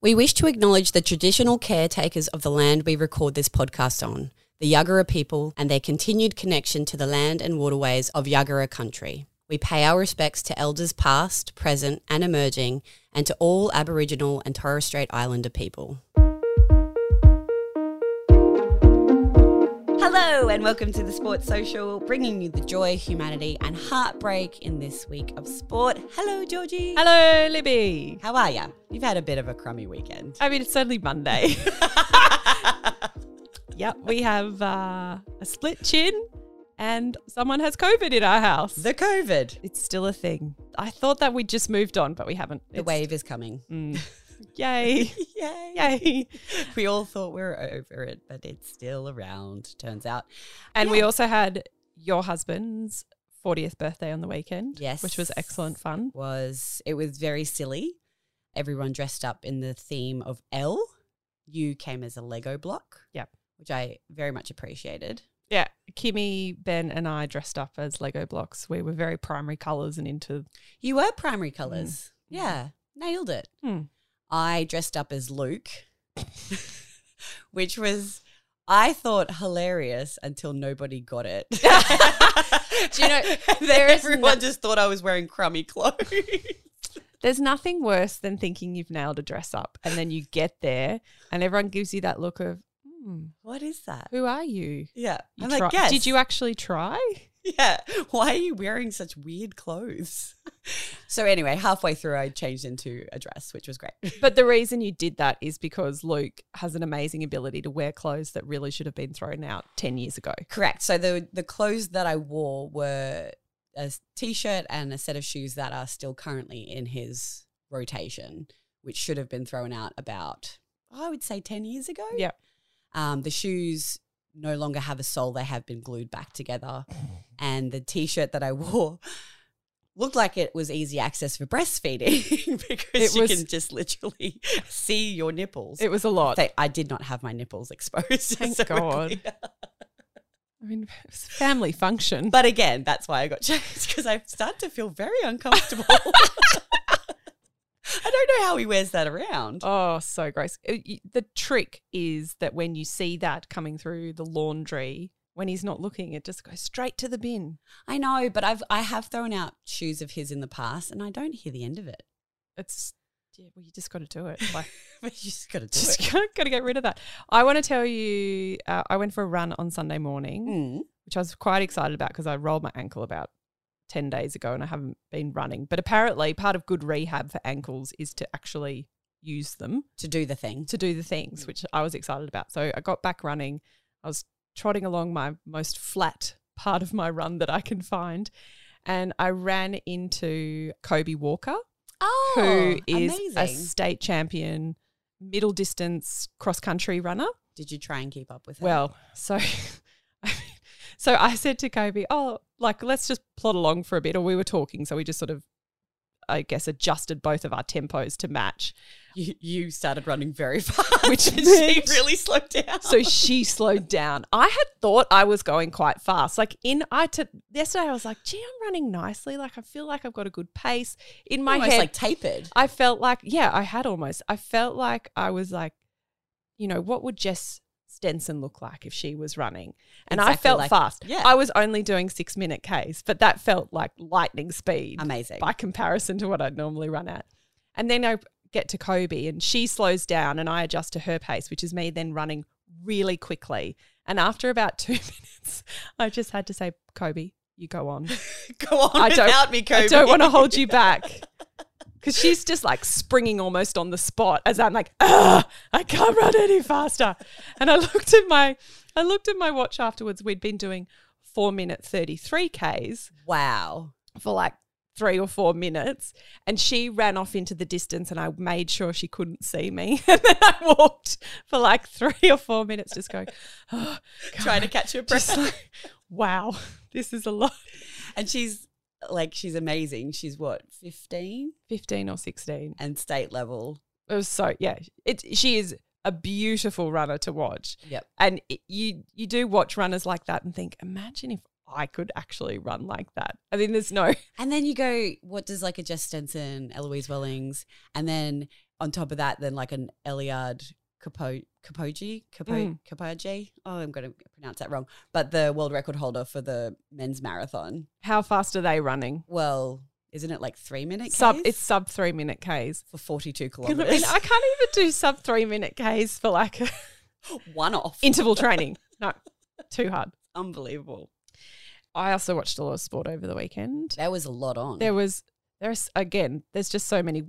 We wish to acknowledge the traditional caretakers of the land we record this podcast on, the Yuggera people, and their continued connection to the land and waterways of Yuggera country. We pay our respects to elders past, present, and emerging, and to all Aboriginal and Torres Strait Islander people. Hello, and welcome to the Sports Social, bringing you the joy, humanity, and heartbreak in this week of sport. Hello, Georgie. Hello, Libby. How are you? You've had a bit of a crummy weekend. I mean, it's only Monday. yep, we have uh, a split chin and someone has COVID in our house. The COVID. it's still a thing. I thought that we'd just moved on, but we haven't. The It's- wave is coming. Mm. Yay. Yay. Yay. We all thought we were over it, but it's still around, turns out. And we also had your husband's 40th birthday on the weekend. Yes. Which was excellent fun. Was it was very silly. Everyone dressed up in the theme of L. You came as a Lego block. Yep. Which I very much appreciated. Yeah. Kimmy, Ben, and I dressed up as Lego blocks. We were very primary colors and into. You were primary colours. Yeah. Nailed it. Hmm. I dressed up as Luke, which was I thought hilarious until nobody got it. Do you know, there there is everyone no- just thought I was wearing crummy clothes. There's nothing worse than thinking you've nailed a dress up and then you get there and everyone gives you that look of, hmm, what is that? who are you? Yeah. You I'm try- like, yes. Did you actually try? Yeah. Why are you wearing such weird clothes? so anyway, halfway through I changed into a dress, which was great. But the reason you did that is because Luke has an amazing ability to wear clothes that really should have been thrown out 10 years ago. Correct. So the the clothes that I wore were a t shirt and a set of shoes that are still currently in his rotation, which should have been thrown out about oh, I would say ten years ago. Yep. Um, the shoes no longer have a sole; they have been glued back together. And the t shirt that I wore looked like it was easy access for breastfeeding because It you was- can just literally see your nipples. It was a lot. They- I did not have my nipples exposed. Thank so we're God. clear. I mean, it was a family function. But again, that's why I got changed because I start to feel very uncomfortable. I don't know how he wears that around. Oh, so gross. Uh, y- The trick is that when you see that coming through the laundry, when he's not looking, it just goes straight to the bin. I know, but I've I have thrown out shoes of his in the past, and I don't hear the end of it. It's, yeah, well, you just got to do it. Like, But you just got to do just it. got to get rid of that. I want to tell you, uh, I went for a run on Sunday morning, Mm. which I was quite excited about because I rolled my ankle about 10 days ago and I haven't been running. But apparently, part of good rehab for ankles is to actually use them To do the thing. to do the things, which I was excited about. So I got back running. I was trotting along my most flat part of my run that I can find. And I ran into Kobe Walker Oh, who is a amazing? state champion middle distance cross country runner. Did you try and keep up with her? Well, so so I said to Kobe, "Oh, like let's just plod along for a bit." Or we were talking, so we just sort of I guess adjusted both of our tempos to match. you, you started running very fast, Which and she meant- really slowed down. So she slowed down. I had thought I was going quite fast. Like in I t- yesterday I was like, "Gee, I'm running nicely. Like I feel like I've got a good pace." In my almost head like tapered. I felt like, yeah, I had almost. I felt like I was like, you know, what would Jess Stenson look like if she was running? And I Exactly felt like- fast. yeah. I was only doing six minute Ks, but that felt like lightning speed Amazing. by comparison to what I'd normally run at. And then I get to Kobe and she slows down and I adjust to her pace, which is me then running really quickly. And after about two minutes, I just had to say, Kobe, you go on. Go on I don't- without me, Kobe. I don't want to hold you back. Because she's just like springing almost on the spot as I'm like, ah, I can't run any faster. And I looked at my, I looked at my watch afterwards. We'd been doing four minute 33 Ks Wow. for like three or four minutes. And she ran off into the distance and I made sure she couldn't see me. And then I walked for like three or four minutes just going, oh, Trying to God." catch your breath. just like, wow, this is a lot. And she's like, she's amazing. She's what, 15 15 or 16. and state level. It was so Oh, yeah. It she is a beautiful runner to watch, Yep. and it, you you do watch runners like that and think, imagine if I could actually run like that. I mean, there's no And then you go, what does like a Jess Stenson, Eloise Wellings, and then on top of that, then like an Eliard Kapo Kapogi Mm. Kapo Kapogi. Oh, I'm going to pronounce that wrong. But the world record holder for the men's marathon. How fast are they running? Well, isn't it like three minutes? Sub it's sub three minute Ks. for 42 I mean, I kilometers. can't even do sub three minute Ks for like One off. interval training. No, too hard. Unbelievable. I also watched a lot of sport over the weekend. There was a lot on. There was there's again, there's just so many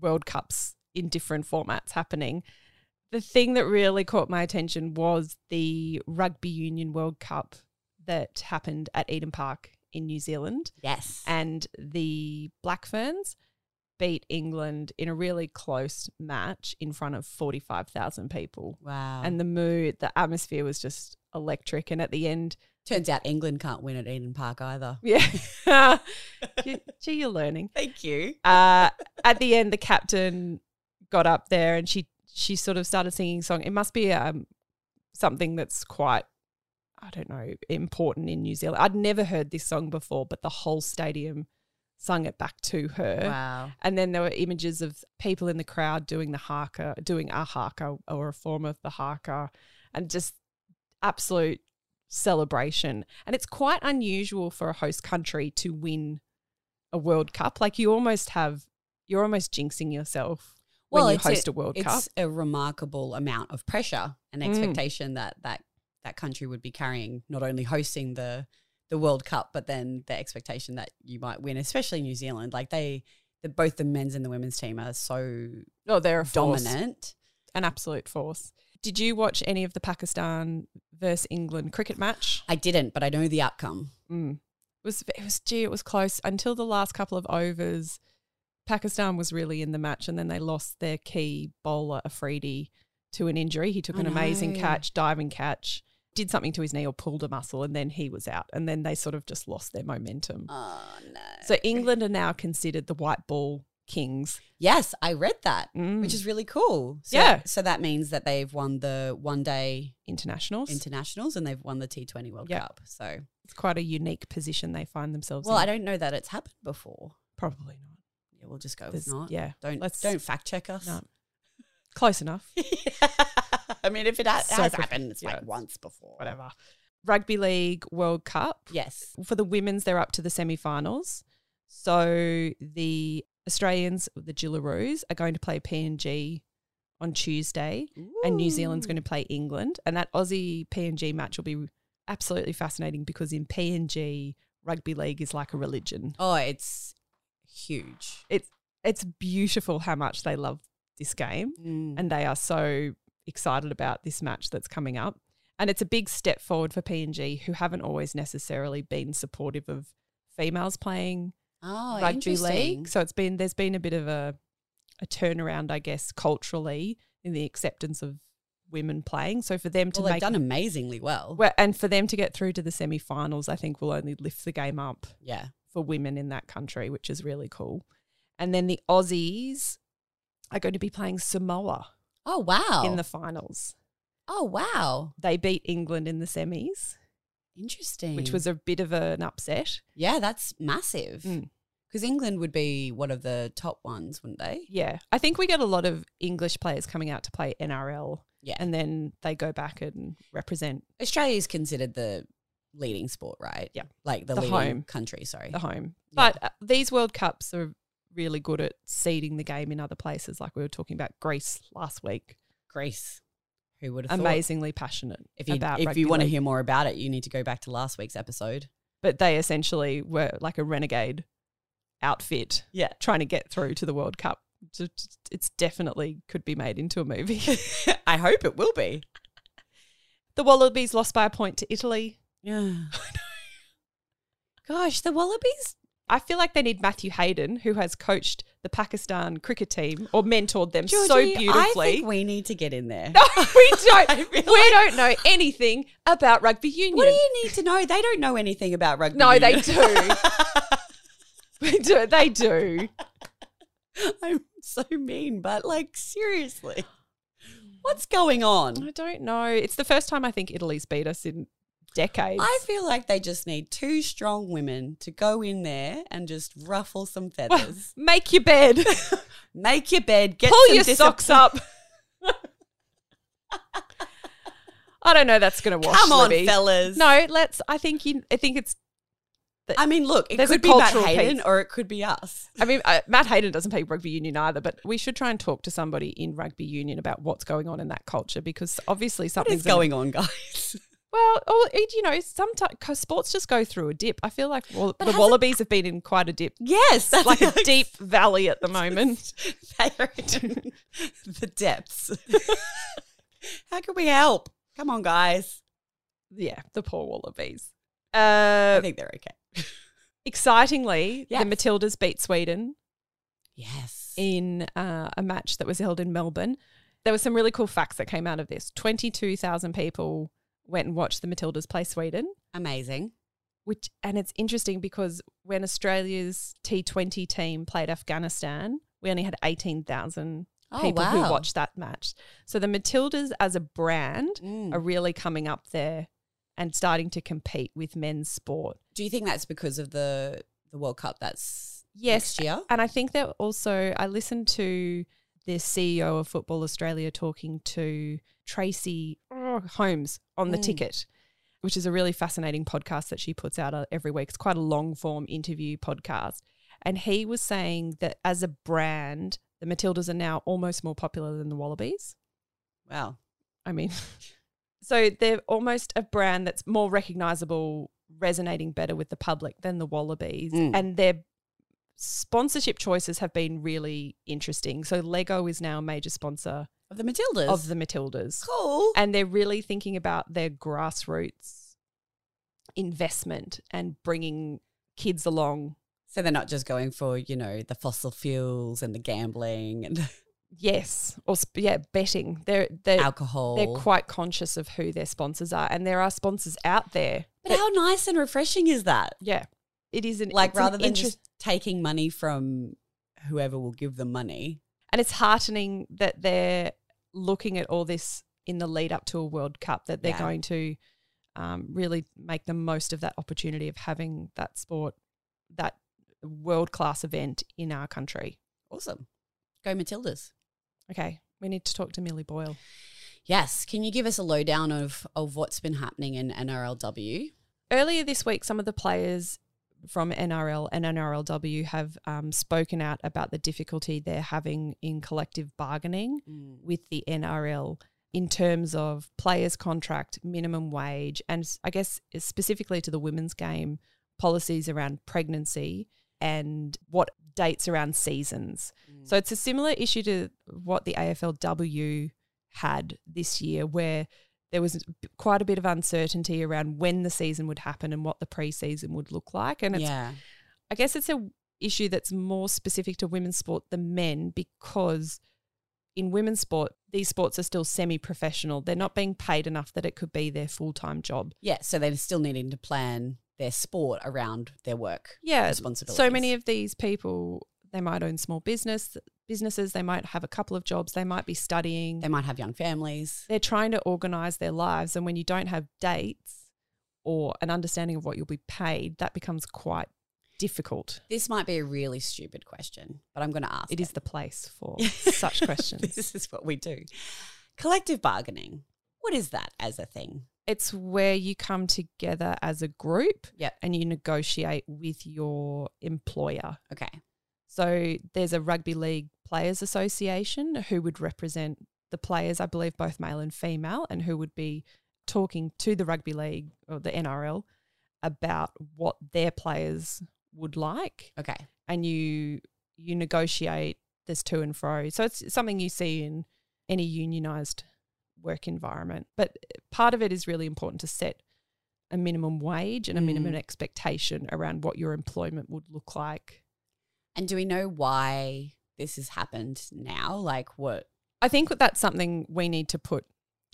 World Cups in different formats happening. The thing that really caught my attention was the Rugby Union World Cup that happened at Eden Park in New Zealand yes. and the Black Ferns beat England in a really close match in front of 45,000 people. wow. And And the mood, the atmosphere was just electric. And at the end, turns out England can't win at Eden Park either. yeah, You- gee, you're learning. Thank you. Uh, at the end, the captain got up there and she she sort of started singing a song. It must be um something that's quite I don't know important in New Zealand. I'd never heard this song before, but the whole stadium sung it back to her. Wow. And then there were images of people in the crowd doing the haka, doing a haka or a form of the haka, and just absolute celebration. And it's quite unusual for a host country to win a World Cup. Like you almost have, you're almost jinxing yourself when Well, you it's a- host a, World Cup. It's a remarkable amount of pressure and Mm. expectation that that that country would be carrying, not only hosting the the World Cup, but then the expectation that you might win, especially New Zealand. Like they, the, both the men's and the women's team are so Oh, they're a force, dominant. an absolute force. Did you watch any of the Pakistan versus England cricket match? I didn't, but I know the outcome. Mm. It was it was gee, it was close until the last couple of overs. Pakistan was really in the match, and then they lost their key bowler Afridi to an injury. He took Oh, an amazing no. catch, diving catch, did something to his knee or pulled a muscle, and then he was out. And then they sort of just lost their momentum. Oh no! So England are now considered the white ball kings. Yes, I read that, Mm. which is really cool. So, Yeah. So that means that they've won the one day internationals. internationals and they've won the T Twenty World Yeah. Cup. So it's quite a unique position they find themselves well, in. I don't know that it's happened before. Probably not. Yeah, we'll just go There's- with Oh, not. Yeah, Don't Let's- don't fact check us. no. close enough. I mean, if it ha- So has prof- happened, it's yeah, like it's- once before. Whatever. Rugby League World Cup. Yes. for the women's, they're up to the semi-finals. So the Australians, the Gillaroos, are going to play PNG on Tuesday, and New Zealand's going to play England. And that Aussie PNG match will be absolutely fascinating because in PNG, rugby league is like a religion. Oh, it's huge. It's beautiful how much they love this game, Mm. and they are so excited about this match that's coming up. And it's a big step forward for PNG, who haven't always necessarily been supportive of females playing oh, rugby league. interesting. So it's been there's been a bit of a a turnaround, I guess, culturally in the acceptance of women playing. So for them to Well, they've make done amazingly well. well, and for them to get through to the semi-finals, I think will only lift the game up yeah. for women in that country, which is really cool. And then the Aussies are going to be playing Samoa Oh wow. in the finals. oh wow. They beat England in the semis, Interesting. which was a bit of an upset. yeah, that's massive. Mm. Because England would be one of the top ones, wouldn't they? Yeah. I think we get a lot of English players coming out to play NRL Yeah. and then they go back and represent Australia is considered the leading sport, right? Yeah. Like the, The leading home. country. Sorry. the home. Yeah. But uh, these World Cups are really good at seeding the game in other places, like we were talking about Greece last week. Greece. Who would have thought? Amazingly passionate If you about if rugby you want to league. hear more about it, you need to go back to last week's episode. but they essentially were like a renegade outfit Yeah. trying to get through to the World Cup. Ju- ju- It's definitely could be made into a movie. I hope it will be. the Wallabies lost by a point to Italy. Yeah. Gosh, the Wallabies. I feel like they need Matthew Hayden, who has coached the Pakistan cricket team or mentored them so Georgie, beautifully. I think we need to get in there. No, we don't. I feel we like- don't know anything about rugby union. What do you need to know? They don't know anything about rugby. no, they union. do. we do. They do. I'm so mean, but like seriously, what's going on? I don't know. It's the first time I think Italy's beat us in decades. I feel like they just need two strong women to go in there and just ruffle some feathers. Make your bed. Make your bed, get Pull some your discipline- socks up. I don't know. That's gonna wash. Come on, Libby. fellas. No, let's. I think you. I think it's. I mean, look, it There's a could be Matt cultural Hayden piece. or it could be us. I mean, uh, Matt Hayden doesn't play rugby union either, but we should try and talk to somebody in rugby union about what's going on in that culture because obviously What something's is going. going on, guys? Well, or, you know, sometimes sports just go through a dip. I feel like well, the hasn't- Wallabies have been in quite a dip, Yes, that's like a deep valley at the moment. They're in the depths. How can we help? Come on, guys. yeah, the poor Wallabies. I Uh, think they're okay. excitingly, Yes. the Matildas beat Sweden Yes. in uh, a match that was held in Melbourne. There were some really cool facts that came out of this. Twenty-two thousand people went and watched the Matildas play Sweden. Amazing. which and it's interesting because when Australia's T20 team played Afghanistan, we only had 18,000 Oh, people who wow. watched that match. So the Matildas as a brand Mm. are really coming up there and starting to compete with men's sport. Do you think that's because of the the World Cup that's Yes. next year? And I think that also I listened to the CEO of Football Australia talking to Tracy oh, Holmes on the Mm. ticket, which is a really fascinating podcast that she puts out uh, every week. It's quite a long form interview podcast. And he was saying that as a brand, the Matildas are now almost more popular than the Wallabies. Wow. I mean, so they're almost a brand that's more recognizable, resonating better with the public than the Wallabies. Mm. And their sponsorship choices have been really interesting. So Lego is now a major sponsor Of the Matildas. of the Matildas. cool. And they're really thinking about their grassroots investment and bringing kids along. so they're not just going for, you know, the fossil fuels and the gambling and the Yes, or sp- yeah, betting. They're they're alcohol. they're quite conscious of who their sponsors are, and there are sponsors out there. but how nice and refreshing is that? Yeah. It is an Like it's an rather than interest- just taking money from whoever will give them money. and it's heartening that they're looking at all this in the lead up to a World Cup that they're Yeah. going to um, really make the most of that opportunity of having that sport, that world class event in our country. Awesome. Go Matildas. Okay, we need to talk to Millie Boyle. Yes. Can you give us a lowdown of, of what's been happening in NRLW? Earlier this week, some of the players from NRL and NRLW have um, spoken out about the difficulty they're having in collective bargaining with the NRL in terms of players' contract, minimum wage, and s- I guess specifically to the women's game, policies around pregnancy and what dates around seasons. So it's a similar issue to what the AFLW had this year, where there was b- quite a bit of uncertainty around when the season would happen and what the preseason would look like. And it's yeah. I guess it's a issue that's more specific to women's sport than men because in women's sport, these sports are still semi-professional. They're not being paid enough that it could be their full-time job. Yeah. So they're still needing to plan their sport around their work. Yeah, so responsibilities. many of these people they might own small business businesses. They might have a couple of jobs. They might be studying. They might have young families. they're trying to organize their lives, and when you don't have dates or an understanding of what you'll be paid, that becomes quite difficult. This might be a really stupid question, but I'm going to ask. It is the place for such questions. this is what we do. Collective bargaining. What is that as a thing? it's where you come together as a group Yep. and you negotiate with your employer. Okay. So there's a rugby league players association who would represent the players, I believe both male and female, and who would be talking to the rugby league or the NRL about what their players would like Okay. and you you negotiate this to and fro. So it's something you see in any unionized work environment. But part of it is really important to set a minimum wage and a Mm. minimum expectation around what your employment would look like. And do we know why this has happened now? Like what? I think that that's something we need to put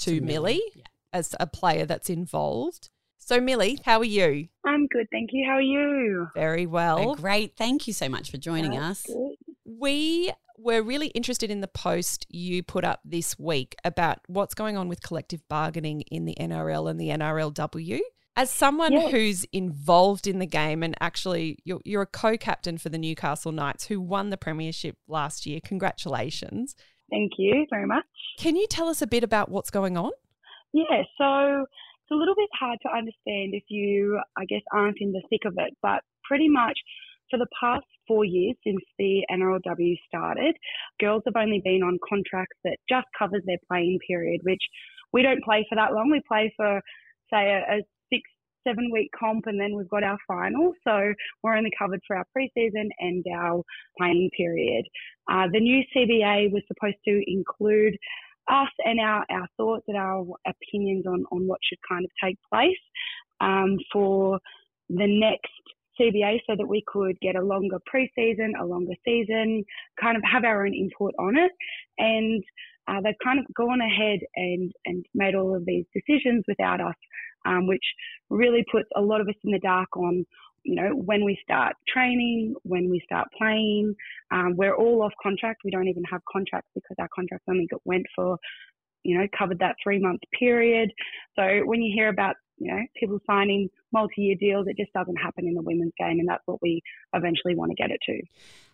to, Millie, Yeah. as a player that's involved. So Millie, how are you? I'm good, thank you. How are you? Very Oh, well. great. Thank you so much for joining us. Good. We were really interested in the post you put up this week about what's going on with collective bargaining in the NRL and the NRLW As someone Yes. who's involved in the game and actually you're, you're a co-captain for the Newcastle Knights who won the premiership last year, congratulations. Thank you very much. Can you tell us a bit about what's going on? Yeah, so it's a little bit hard to understand if you, I guess, aren't in the thick of it, but pretty much for the past four years since the NRLW started, girls have only been on contracts that just covers their playing period, which we don't play for that long. We play for, say, a, a six, seven week comp, and then we've got our final. So we're only covered for our preseason and our playing period. Uh, the new CBA was supposed to include us and our, our thoughts and our opinions on, on what should kind of take place um, for the next CBA so that we could get a longer preseason, a longer season, kind of have our own input on it. And uh, they've kind of gone ahead and, and made all of these decisions without us, um, which really puts a lot of us in the dark on, you know, when we start training, when we start playing. Um, we're all off contract. We don't even have contracts because our contracts only got, went for, you know, covered that three month period. So when you hear about, you know, people signing multi year deals, it just doesn't happen in the women's game. And that's what we eventually want to get it to.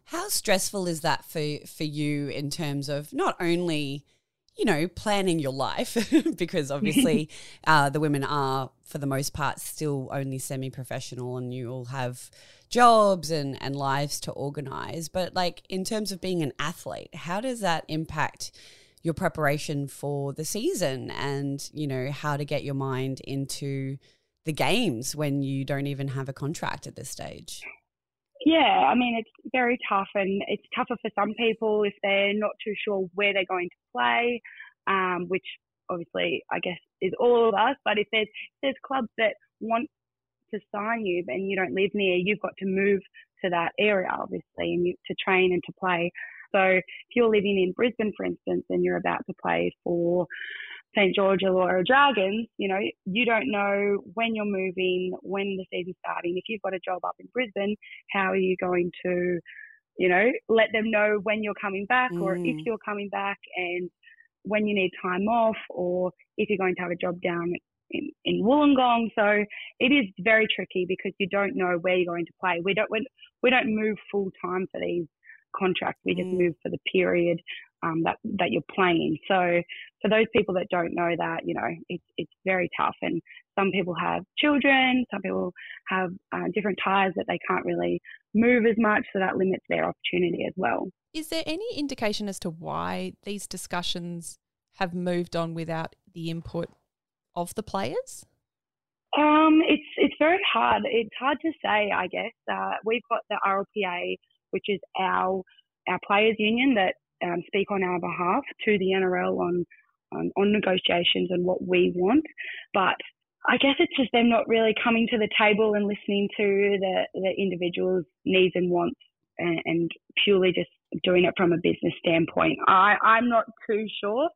How stressful is that for for you in terms of not only you know planning your life because obviously uh, the women are for the most part still only semi professional and you all have jobs and and lives to organize but like in terms of being an athlete how does that impact your preparation for the season and you know how to get your mind into the games when you don't even have a contract at this stage Yeah, I mean, it's very tough, and it's tougher for some people if they're not too sure where they're going to play, um, which obviously I guess is all of us. But if there's if there's clubs that want to sign you and you don't live near, you've got to move to that area, obviously, and you, to train and to play. So if you're living in Brisbane, for instance, and you're about to play for St George or Laura Dragons, you know, you don't know when you're moving, when the season's starting. If you've got a job up in Brisbane, how are you going to, you know, let them know when you're coming back or Mm. if you're coming back and when you need time off or if you're going to have a job down in, in Wollongong. So it is very tricky because you don't know where you're going to play. We don't, we, we don't move full time for these contracts. We just Mm. move for the period um, that, that you're playing. So for those people that don't know that, you know, it's, it's very tough. And some people have children, some people have uh, different ties that they can't really move as much. So that limits their opportunity as well. Is there any indication as to why these discussions have moved on without the input of the players? Um, it's it's very hard. It's hard to say, I guess. Uh, we've got the RLPA, which is our our players' union that um, speak on our behalf to the NRL on on, on negotiations and what we want. But I guess it's just them not really coming to the table and listening to the the individuals' needs and wants, and, and purely just doing it from a business standpoint. I I'm not too sure,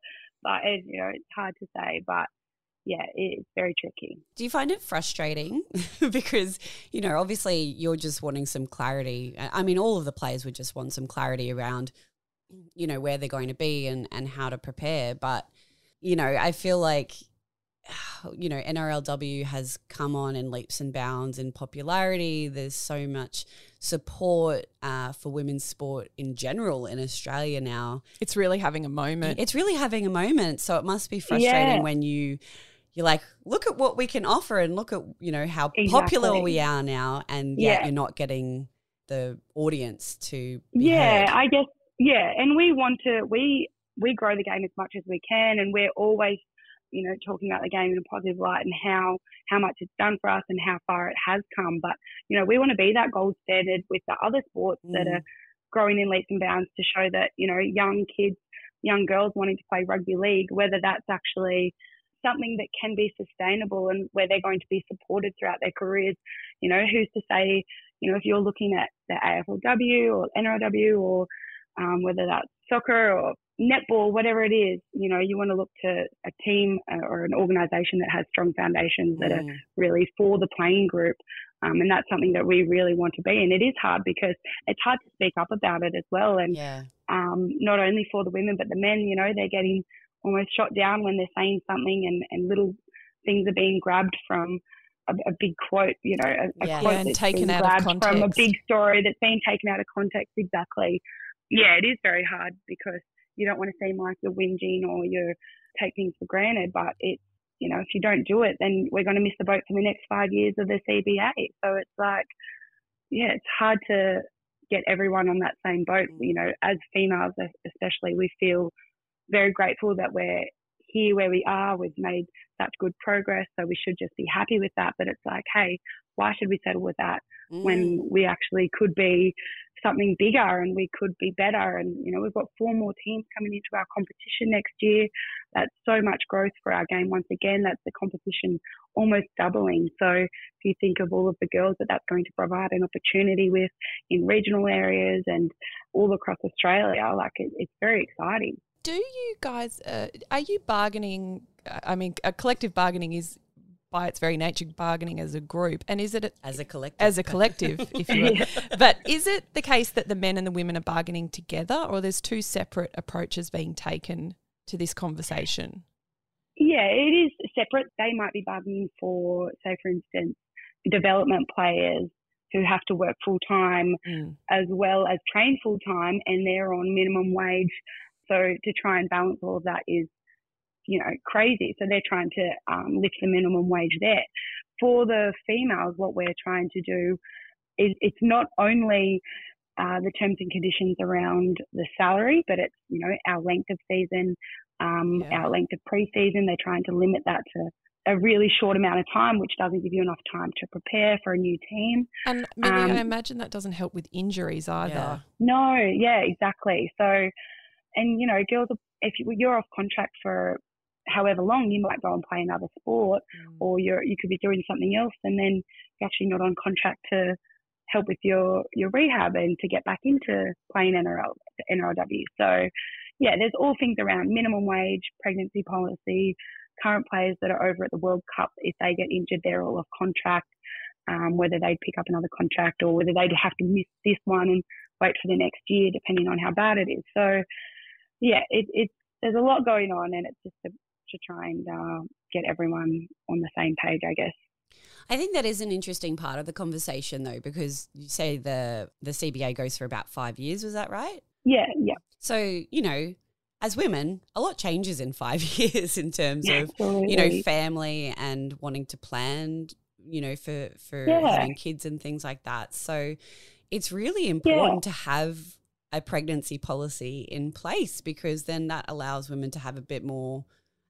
but it, you know it's hard to say. But yeah, it's very tricky. Do you find it frustrating? because, you know, obviously you're just wanting some clarity. I I mean, all of the players would just want some clarity around, you know, where they're going to be and, and how to prepare. But, you know, I feel like, you know, NRLW has come on in leaps and bounds in popularity. There's so much support uh, for women's sport in general in Australia now. It's really having a moment. It's really having a moment. So it must be frustrating Yeah. when you you're like, look at what we can offer and look at, you know, how popular Exactly. we are now and yet Yeah. you're not getting the audience to be yeah heard. i guess yeah and we want to we we grow the game as much as we can and we're always you know talking about the game in a positive light and how how much it's done for us and how far it has come but you know we want to be that gold standard with the other sports that Mm. are growing in leaps and bounds to show that you know young kids young girls wanting to play rugby league whether that's actually something that can be sustainable and where they're going to be supported throughout their careers you know who's to say you know, if you're looking at the AFLW or NRLW or um, whether that's soccer or netball, whatever it is, you know, you want to look to a team uh, or an organisation that has strong foundations that are Mm. really for the playing group. Um, and that's something that we really want to be. And it is hard because it's hard to speak up about it as well. And Yeah. um, not only for the women, but the men, you know, they're getting almost shot down when they're saying something and, and little things are being grabbed from a, a big quote, you know, a, a Yeah. quote Yeah, and that's taken been out of grabbed from a context. big story that's been taken out of context. Exactly. Yeah, it is very hard because you don't want to seem like you're whinging or you're taking things for granted, but it's you know, if you don't do it, then we're going to miss the boat for the next five years of the CBA. So it's like, yeah, it's hard to get everyone on that same boat. You know, as females, es- especially, we feel very grateful that we're here where we are. We've made such good progress. So we should just be happy with that. But it's like, hey, why should we settle with that Mm. when we actually could be something bigger and we could be better? And, you know, we've got four more teams coming into our competition next year. That's so much growth for our game. Once again, that's the competition almost doubling. So if you think of all of the girls that that's going to provide an opportunity with in regional areas and all across Australia, like it, it's very exciting. Do you guys, uh, are you bargaining? I mean, a collective bargaining is by its very nature bargaining as a group. And is it as a collective. as a collective, if you will? But is it the case that the men and the women are bargaining together or there's two separate approaches being taken to this conversation? Yeah, it is separate. They might be bargaining for, say, for instance, development players who have to work full time Mm. as well as train full time and they're on minimum wage. So to try and balance all of that is, you know, crazy. So they're trying to um, lift the minimum wage there. For the females, what we're trying to do is it's not only uh, the terms and conditions around the salary, but it's, you know, our length of season, um, Yeah. our length of preseason. They're trying to limit that to a really short amount of time, which doesn't give you enough time to prepare for a new team. And Millie, Um, I imagine that doesn't help with injuries either. Yeah. No, yeah, exactly. So, and you know, girls, are- if you- you're off contract for however long, you might go and play another sport, or you're you could be doing something else, and then you're actually not on contract to help with your your rehab and to get back into playing NRL NRLW. So, yeah, there's all things around minimum wage, pregnancy policy, current players that are over at the World Cup. If they get injured, they're all off contract. Um, whether they'd pick up another contract or whether they'd have to miss this one and wait for the next year, depending on how bad it is. So, yeah, it, it's there's a lot going on, and it's just to, to try and uh, get everyone on the same page, I guess. I think that is an interesting part of the conversation, though, because you say the the CBA goes for about five years. Was that right? Yeah, yeah, So you know, as women, a lot changes in five years in terms of absolutely. you know family and wanting to plan you know for for Yeah. having kids and things like that so it's really important to have a pregnancy policy in place because then that allows women to have a bit more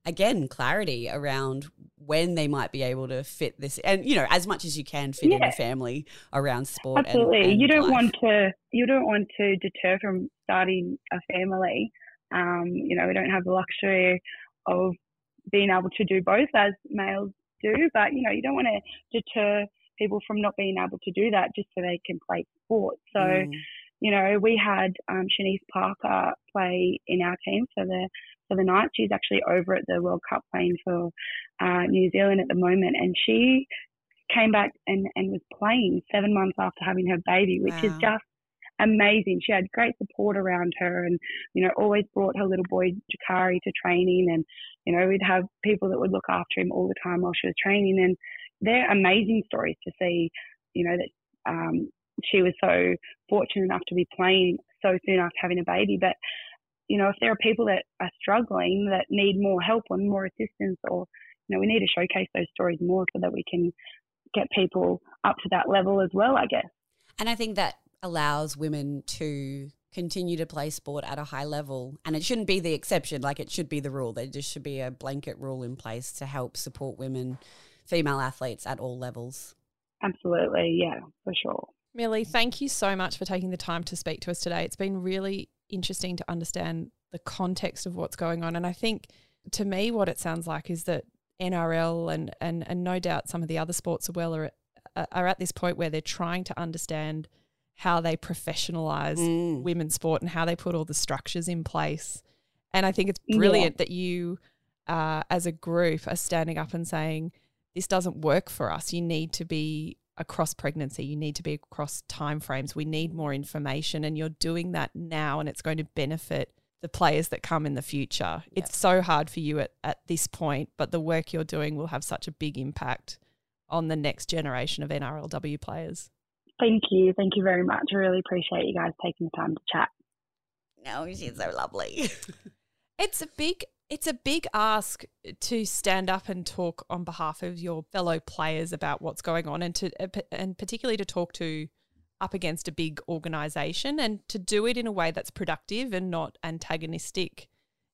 again clarity around when they might be able to fit this and you know as much as you can fit in Yeah. a family around sport and- Absolutely. and you don't life. want to you don't want to deter from starting a family. Um, you know, we don't have the luxury of being able to do both as males do, but you know, you don't want to deter people from not being able to do that just so they can play sports. So Mm. you know, we had um, Shanice Parker play in our team for the for the night. She's actually over at the World Cup playing for uh, New Zealand at the moment, and she came back and, and was playing seven months after having her baby, which is Wow. just amazing. She had great support around her, and you know, always brought her little boy Jakari to training, and you know, we'd have people that would look after him all the time while she was training, and they're amazing stories to see. You know that um, she was so fortunate enough to be playing so soon after having a baby. But, you know, if there are people that are struggling that need more help or more assistance or, you know, we need to showcase those stories more so that we can get people up to that level as well, I guess. And I think that allows women to continue to play sport at a high level. And it shouldn't be the exception, like it should be the rule. There just should be a blanket rule in place to help support women, female athletes at all levels. Absolutely. Yeah, for sure. Millie, thank you so much for taking the time to speak to us today. It's been really interesting to understand the context of what's going on. And I think to me, what it sounds like is that NRL and, and, and no doubt some of the other sports as well are, are at this point where they're trying to understand how they professionalize Mm. women's sport and how they put all the structures in place. And I think it's Yeah. brilliant that you, uh, as a group, are standing up and saying, this doesn't work for us. You need to be across pregnancy, you need to be across timeframes. We need more information. And you're doing that now, and it's going to benefit the players that come in the future. Yeah. It's so hard for you at, at this point, but the work you're doing will have such a big impact on the next generation of NRLW players. Thank you. Thank you very much. I really appreciate you guys taking the time to chat. No, she's so lovely. It's a big it's a big ask to stand up and talk on behalf of your fellow players about what's going on and to uh, and particularly to talk to up against a big organization and to do it in a way that's productive and not antagonistic.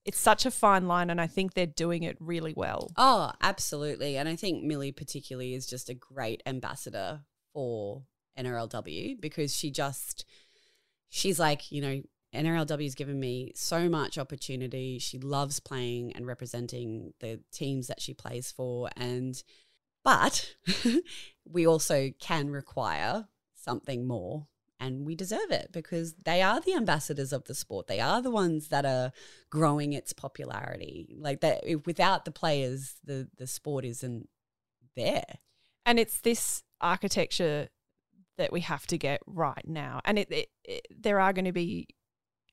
It's such a fine line and I think they're doing it really well. oh, absolutely. And I think Millie particularly is just a great ambassador for NRLW because she just she's like, you know, NRLW's given me so much opportunity. She loves playing and representing the teams that she plays for and but we also can require something more and we deserve it because they are the ambassadors of the sport. They are the ones that are growing its popularity. Like that if- without the players the the sport isn't there. And it's this architecture that we have to get right now. And it, it, it- there are going to be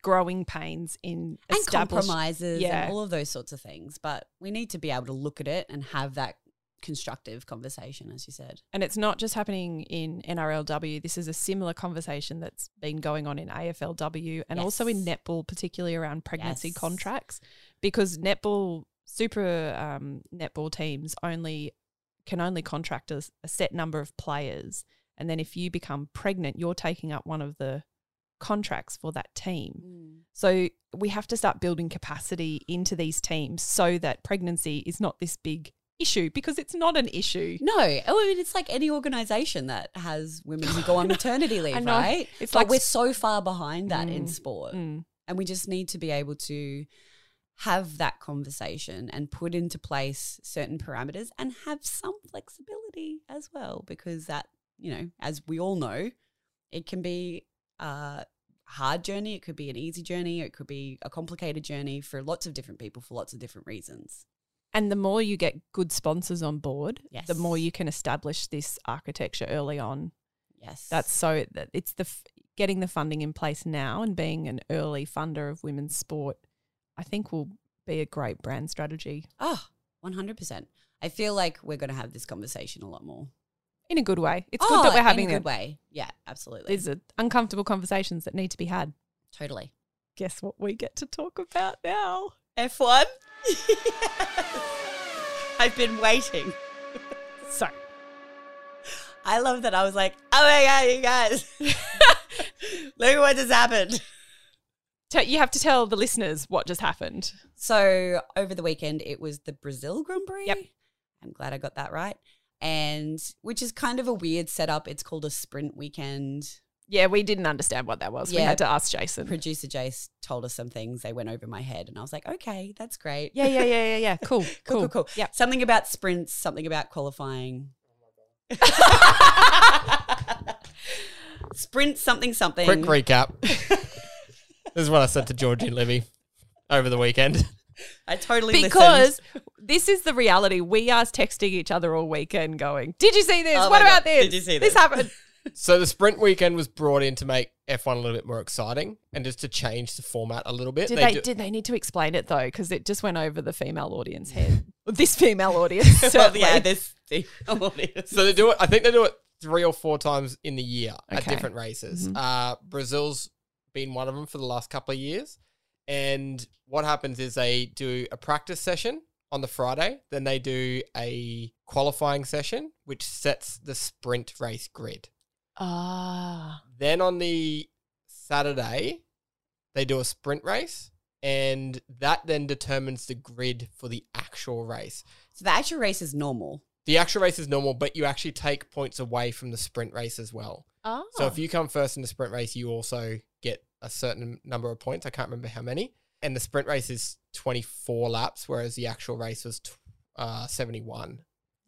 growing pains in and establish- compromises yeah. and all of those sorts of things. But we need to be able to look at it and have that constructive conversation, as you said. And it's not just happening in NRLW. This is a similar conversation that's been going on in AFLW and also in Yes. netball, particularly around pregnancy Yes. contracts, because netball super um, netball teams only can only contract a, a set number of players, and then if you become pregnant, you're taking up one of the contracts for that team. Mm. So we have to start building capacity into these teams so that pregnancy is not this big issue because it's not an issue. No, oh, I mean, it's like any organization that has women who go on maternity I leave, know. right? It's It's like- like we're so far behind that in Mm, sport. Mm. And we just need to be able to have that conversation and put into place certain parameters and have some flexibility as well, because that, you know, as we all know, it can be a hard journey, it could be an easy journey, it could be a complicated journey for lots of different people for lots of different reasons. And the more you get good sponsors on board, Yes. the more you can establish this architecture early on. Yes. That's so that it's the f- getting the funding in place now and being an early funder of women's sport. I think will be a great brand strategy oh, 100%. I feel like we're going to have this conversation a lot more. in a good way. It's Oh, good that in we're a having good it. way. Yeah, absolutely. There's a, uncomfortable conversations that need to be had. totally. Guess what we get to talk about now? F1? I've been waiting. So I love that. I was like, oh my God, you guys, look at what just happened. te- you have to tell the listeners what just happened. So, over the weekend, it was the Brazil Grand Prix. Yep. I'm glad I got that right. And which is kind of a weird setup. It's called a sprint weekend. Yeah, we didn't understand what that was. We Yeah. had to ask Jason. Producer Jace told us some things. They went over my head, and I was like, okay, that's great. Yeah, yeah, yeah, yeah, yeah. Cool, cool, cool, cool. Yeah. Something about sprints, something about qualifying. Sprint something something. Quick recap. this is what I said to Georgie and Libby over the weekend. I totally listened. because this is the reality. We are texting each other all weekend going, Did you see this? Oh what my about God, this? did you see this? this?" happened. So the sprint weekend was brought in to make F1 a little bit more exciting and just to change the format a little bit. Did they, do- did they need to explain it though? Because it just went over the female audience head. this female audience. Well, Certainly. yeah, this. so so they do it. I think they do it three or four times in the year at Okay. Mm-hmm. different races. Uh, Brazil's been one of them for the last couple of years. And what happens is they do a practice session on the Friday, then they do a qualifying session, which sets the sprint race grid. Ah. Then on the Saturday, they do a sprint race, and that then determines the grid for the actual race. the actual race is normal. The actual race is normal, but you actually take points away from the sprint race as well. Oh. So if you come first in the sprint race, you also get a certain number of points. I can't remember how many. And the sprint race is 24 laps, whereas the actual race was tw- uh, 71.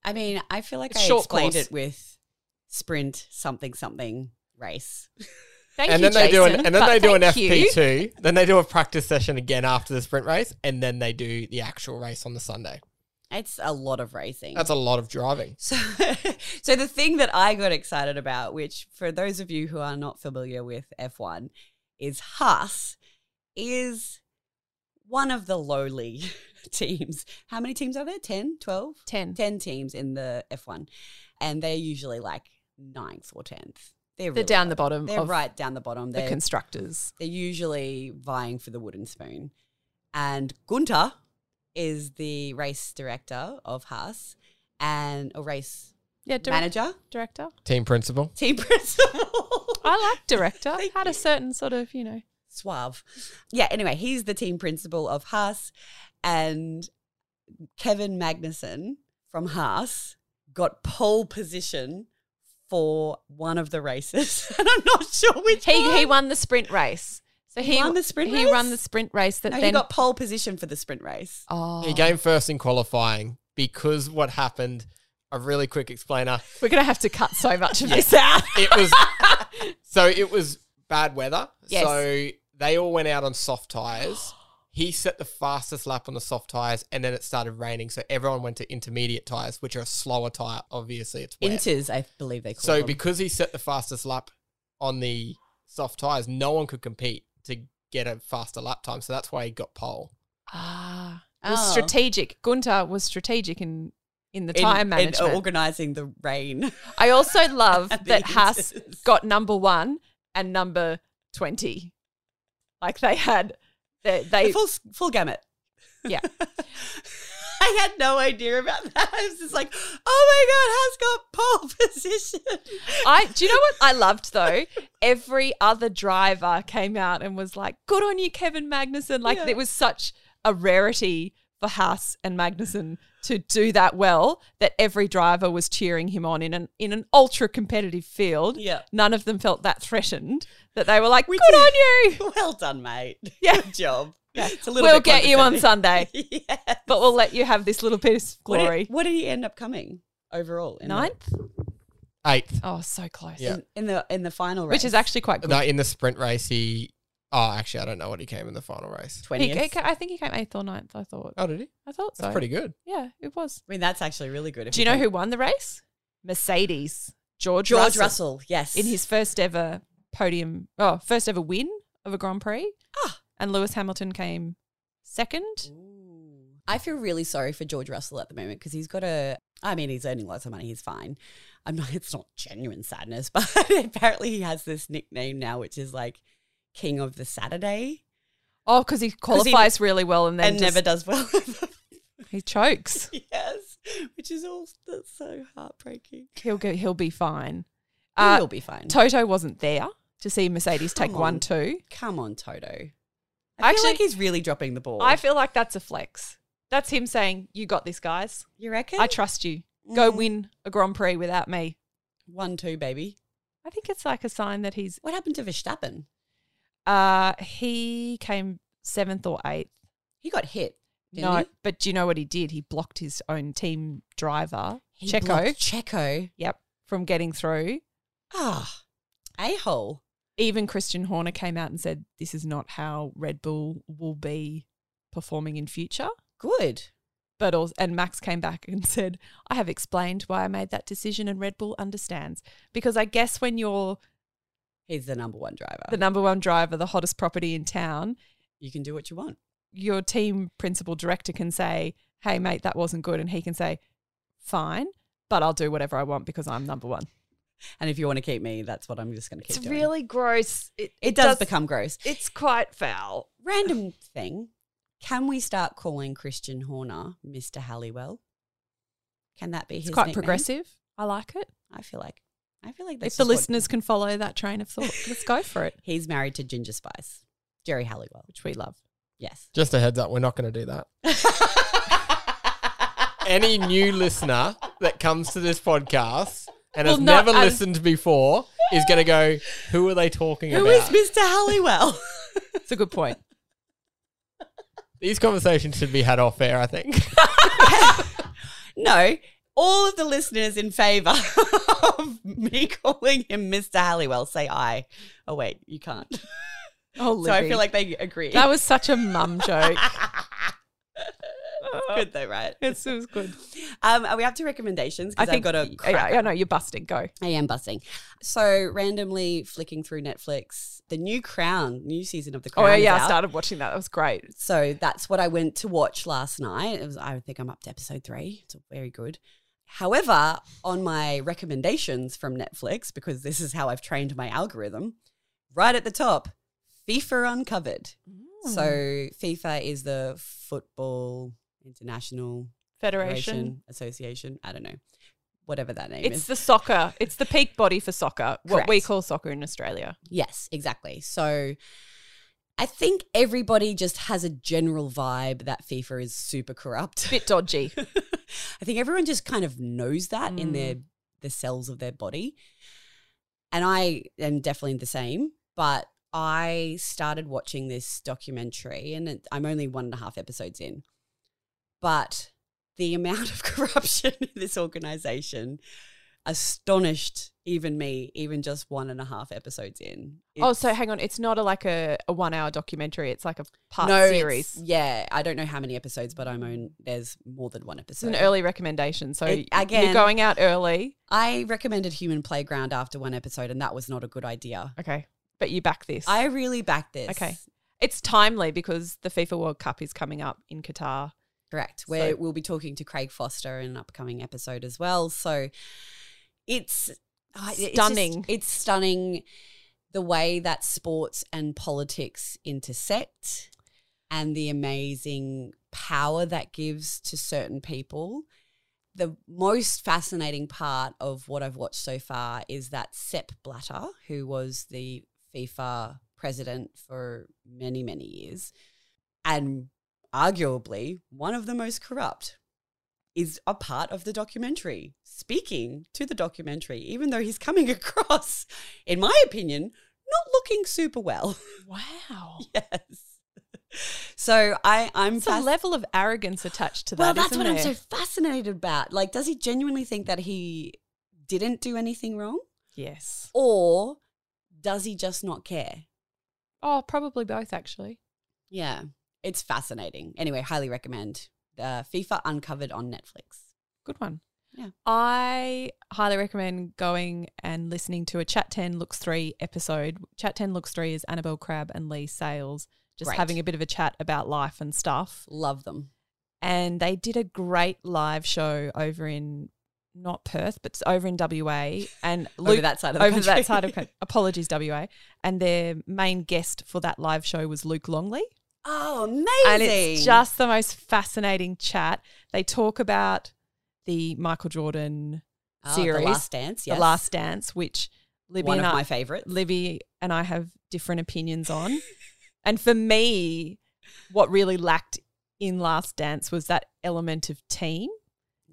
I mean, I feel like It's I short explained course. it with sprint something something race. thank and you, then they do an Jason, and then but they do an thank you. FP2. Then they do a practice session again after the sprint race, and then they do the actual race on the Sunday. It's a lot of racing. That's a lot of driving. So, so the thing that I got excited about, which for those of you who are not familiar with F1, is Haas is one of the lowly teams. How many teams are there? 10, 12? 10. 10 teams in the F1. and they're usually like ninth or tenth. They're, They're really down low. the bottom They're of right down the bottom. the They're, constructors. they're usually vying for the wooden spoon. And Gunter is the race director of Haas and a race Yeah, dir- manager, director. Team principal. team principal. I like director. Had a certain sort of, you know. suave. Yeah, anyway, he's the team principal of Haas and Kevin Magnuson from Haas got pole position for one of the races. and I'm not sure which He one. he won the sprint race. So he Won the sprint he race? won the sprint race that No, then he got pole position for the sprint race. oh. He came first in qualifying because what happened, a really quick explainer, We're gonna have to cut so much of this out. it was so it was bad weather. Yes. So they all went out on soft tires. He set the fastest lap on the soft tires, and then it started raining. So everyone went to intermediate tires, which are a slower tire. Obviously, it's wet. Inters, I believe they call so them. because he set the fastest lap on the soft tires, no one could compete to get a faster lap time. So that's why he got pole. Ah, it was Oh. strategic. Gunter was strategic in in the In- time in management. organising the rain. I also love And the that Haas inches. got number one and number twenty. Like they had, they, The they full, full gamut. Yeah. I had no idea about that. I was just like, oh my God, Haas got pole position. I do you know what I loved though? Every other driver came out and was like, "Good on you, Kevin Magnussen!" Like Yeah. it was such a rarity for Haas and Magnussen to do that well that every driver was cheering him on in an in an ultra competitive field. Yeah. None of them felt that threatened that they were like, Which "Good is- on you! Well done, mate. Yeah. Good job. It's a We'll get you on condescending. Sunday, yeah. but we'll let you have this little piece of What did- glory." What did, he end up coming overall? In Ninth? Eighth. Oh, so close. The, Yeah. in, in the in the final race, Which is actually quite good. No, in the sprint race, he. Oh, actually, I don't know what he came in the final race. He- twentieth. he ca- I think he came eighth or ninth. I thought. Oh, did he? I thought so. That's pretty good. Yeah, it was. I mean, that's actually really good. if Do you know think- who won the race? Mercedes. George, George Russell, Russell. Yes, In his first ever podium, oh, first ever win of a Grand Prix. Ah. And Lewis Hamilton came second. Ooh. I feel really sorry for George Russell at the moment because he's got a. I mean, he's earning lots of money. He's fine. I'm not. It's not genuine sadness, but apparently he has this nickname now, which is like King of the Saturday, Oh, because he qualifies really well and then and just- never does well. he chokes. yes, which is all that's so heartbreaking. He'll go, he'll be fine. You'll Uh, be fine. Toto wasn't there to see Mercedes take Come one on. two. Come on, Toto. I feel Actually- like he's really dropping the ball. I feel like that's a flex. That's him saying, "You got this, guys. you reckon? I trust you. Go Mm. win a Grand Prix without me." One, two, baby. I think it's like a sign that he's What happened to Verstappen? Uh, he came seventh or eighth. He got hit. Didn't no, but do you know what he did? He blocked his own team driver, he? He Checo. blocked Checo. Yep, from getting through. Ah, a hole. Even Christian Horner came out and said, "This is not how Red Bull will be performing in future." Good. But also, and Max came back and said, "I have explained why I made that decision, and Red Bull understands because I guess when you're He's the number one driver. the number one driver, the hottest property in town, you can do what you want. your team principal director can say, "Hey, mate, that wasn't good," and he can say, "Fine, but I'll do whatever I want because I'm number one." And if you want to keep me, that's what I'm just going to keep it's doing. really gross. It, it does become gross. It's quite foul. Random thing. Can we start calling Christian Horner Mr. Halliwell? Can that be his It's quite nickname? progressive. I like it. I feel like. I feel like If that's the just what- listeners can follow that train of thought, let's go for it, He's married to Ginger Spice, Jerry Halliwell. which we love. Yes. Just a heads up, we're not going to do that. Any new listener that comes to this podcast and Well, has not never as- listened before is going to go, who are they talking Who is about? Mr. Halliwell? It's a good point. These conversations should be had off air, I think. no, all of the listeners in favour of me calling him Mr. Halliwell say aye. Oh, wait, you can't. Oh, So I feel like they agree. that was such a mum joke. good though, right? it's, it was good. Um, are we up to recommendations? I Because I've think. got a yeah, crack. yeah, no, you're busting. Go. I am buzzing. So randomly flicking through Netflix, the new Crown, new season of the Crown. oh is yeah, I out. started watching that. That was great. So that's what I went to watch last night. It was, I think I'm up to episode three. It's very good. However, on my recommendations from Netflix, because this is how I've trained my algorithm, right at the top, FIFA Uncovered. Hmm. So FIFA is the Football International Federation. Federation Association. I don't know, whatever that name It's is. the soccer. It's the peak body for soccer. What we Correct. call soccer in Australia. Yes, exactly. So I think everybody just has a general vibe that FIFA is super corrupt. Bit dodgy. I think everyone just kind of knows that in Mm. their the cells of their body. And I am definitely the same, but I started watching this documentary and it, I'm only one and a half episodes in. But the amount of corruption in this organization astonished even me, even just one and a half episodes in. oh, It's- so hang on. It's not a, like a, a one hour documentary. It's like a part No, it's- series. It's, Yeah, I don't know how many episodes, but I'm on, there's more than one episode. an early recommendation. So It- you're again- going going out early. I recommended Human Playground after one episode, and that was not a good idea. Okay. But you back this. I really backed this. Okay. it's timely because the FIFA World Cup is coming up in Qatar. Correct. Where So- we'll be talking to Craig Foster in an upcoming episode as well. So it's oh, it's just- Stunning. It's, stunning the way that sports and politics intersect and the amazing power that gives to certain people. The most fascinating part of what I've watched so far is that Sepp Blatter, who was the FIFA president for many, many years, and arguably one of the most corrupt, is a part of the documentary, speaking to the documentary, even though he's coming across, in my opinion, not looking super well. Wow. yes. So I, I'm It's a fasc- level of arrogance attached to that. well, that's isn't what I'm so there? fascinated about. Like, does he genuinely think that he didn't do anything wrong? Yes. Or does he just not care? Oh, probably both actually. Yeah. It's fascinating. Anyway, highly recommend uh, FIFA Uncovered on Netflix. Good one. Yeah. I highly recommend going and listening to a Chat 10 Looks 3 episode. Chat 10 Looks 3 is Annabelle Crabb and Lee Sales just Great. having a bit of a chat about life and stuff. Love them. And they did a great live show over in not Perth, but it's over in WA. And Over Luke that side of the over country. that side of coun- apologies WA. And their main guest for that live show was Luke Longley. Oh, amazing. And it's just the most fascinating chat. They talk about the Michael Jordan Oh, series, The Last Dance, yes. The Last Dance, which Libby One and of I, my favorites. Libby and I have different opinions on. and for me, what really lacked in Last Dance was that element of team,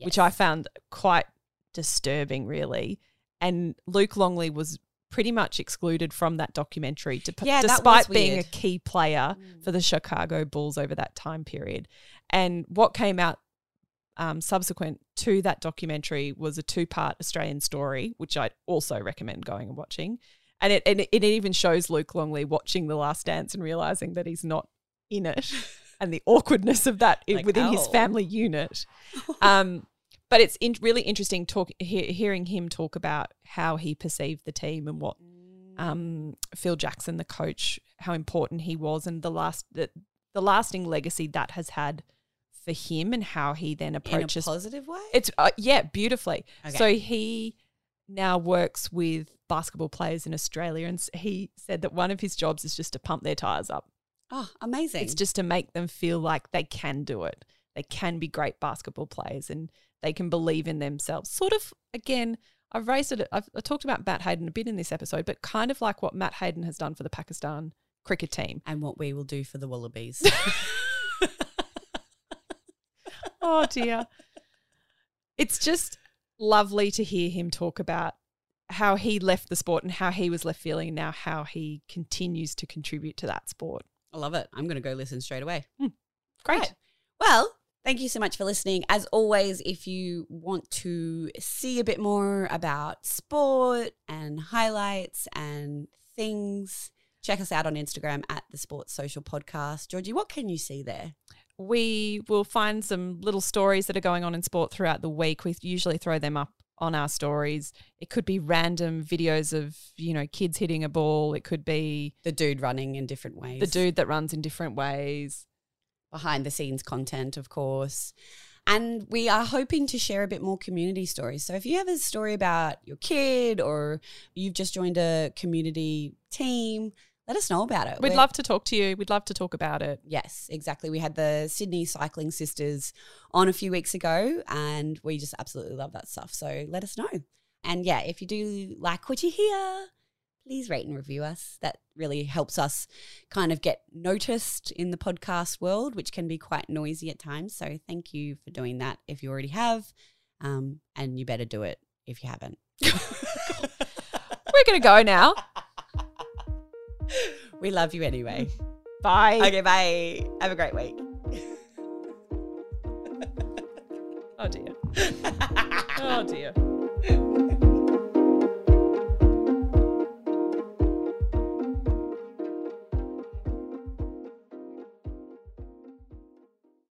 which I Yes. found quite disturbing, really. And Luke Longley was pretty much excluded from that documentary, dep- Yeah, that was despite being a weird. key player Mm. for the Chicago Bulls over that time period. And what came out um, subsequent to that documentary was a two part Australian story, which I also recommend going and watching. And it, and it, it even shows Luke Longley watching The Last Dance and realizing that he's not in it and the awkwardness of that i- Like, within his ow. family unit. Um, but it's in, really interesting talk, he, hearing him talk about how he perceived the team and what um, Phil Jackson, the coach, how important he was, and the last the, the lasting legacy that has had for him, and how he in then a approaches. positive way. it's uh, yeah, beautifully. Okay. So he now works with basketball players in Australia, and s- he said that one of his jobs is just to pump their tires up. oh, amazing. It's just to make them feel like they can do it. They can be great basketball players and they can believe in themselves. Sort of, again, I've raised it, I've I talked about Matt Hayden a bit in this episode, but kind of like what Matt Hayden has done for the Pakistan cricket team. and what we will do for the wallabies. Oh, dear. it's just lovely to hear him talk about how he left the sport and how he was left feeling, and now how he continues to contribute to that sport. I love it. I'm going to go listen straight away. Great. Right. Well, thank you so much for listening. As always, if you want to see a bit more about sport and highlights and things, check us out on Instagram at the Sports Social Podcast. Georgie, what can you see there? we will find some little stories that are going on in sport throughout the week. We usually throw them up on our stories. It could be random videos of, you know, kids hitting a ball. It could be The dude running in different ways. the dude that runs in different ways. behind the scenes content, of course. And we are hoping to share a bit more community stories. So if you have a story about your kid or you've just joined a community team, let us know about it. We'd We're- love to talk to you. We'd love to talk about it. Yes, exactly. We had the Sydney Cycling Sisters on a few weeks ago, and we just absolutely love that stuff. So let us know. And yeah, if you do like what you hear, please rate and review us. That really helps us kind of get noticed in the podcast world, which can be quite noisy at times. So thank you for doing that if you already have. Um, and you better do it if you haven't. We're going to go now. We love you anyway. Bye. okay, bye. Have a great week. Oh, dear. Oh, dear.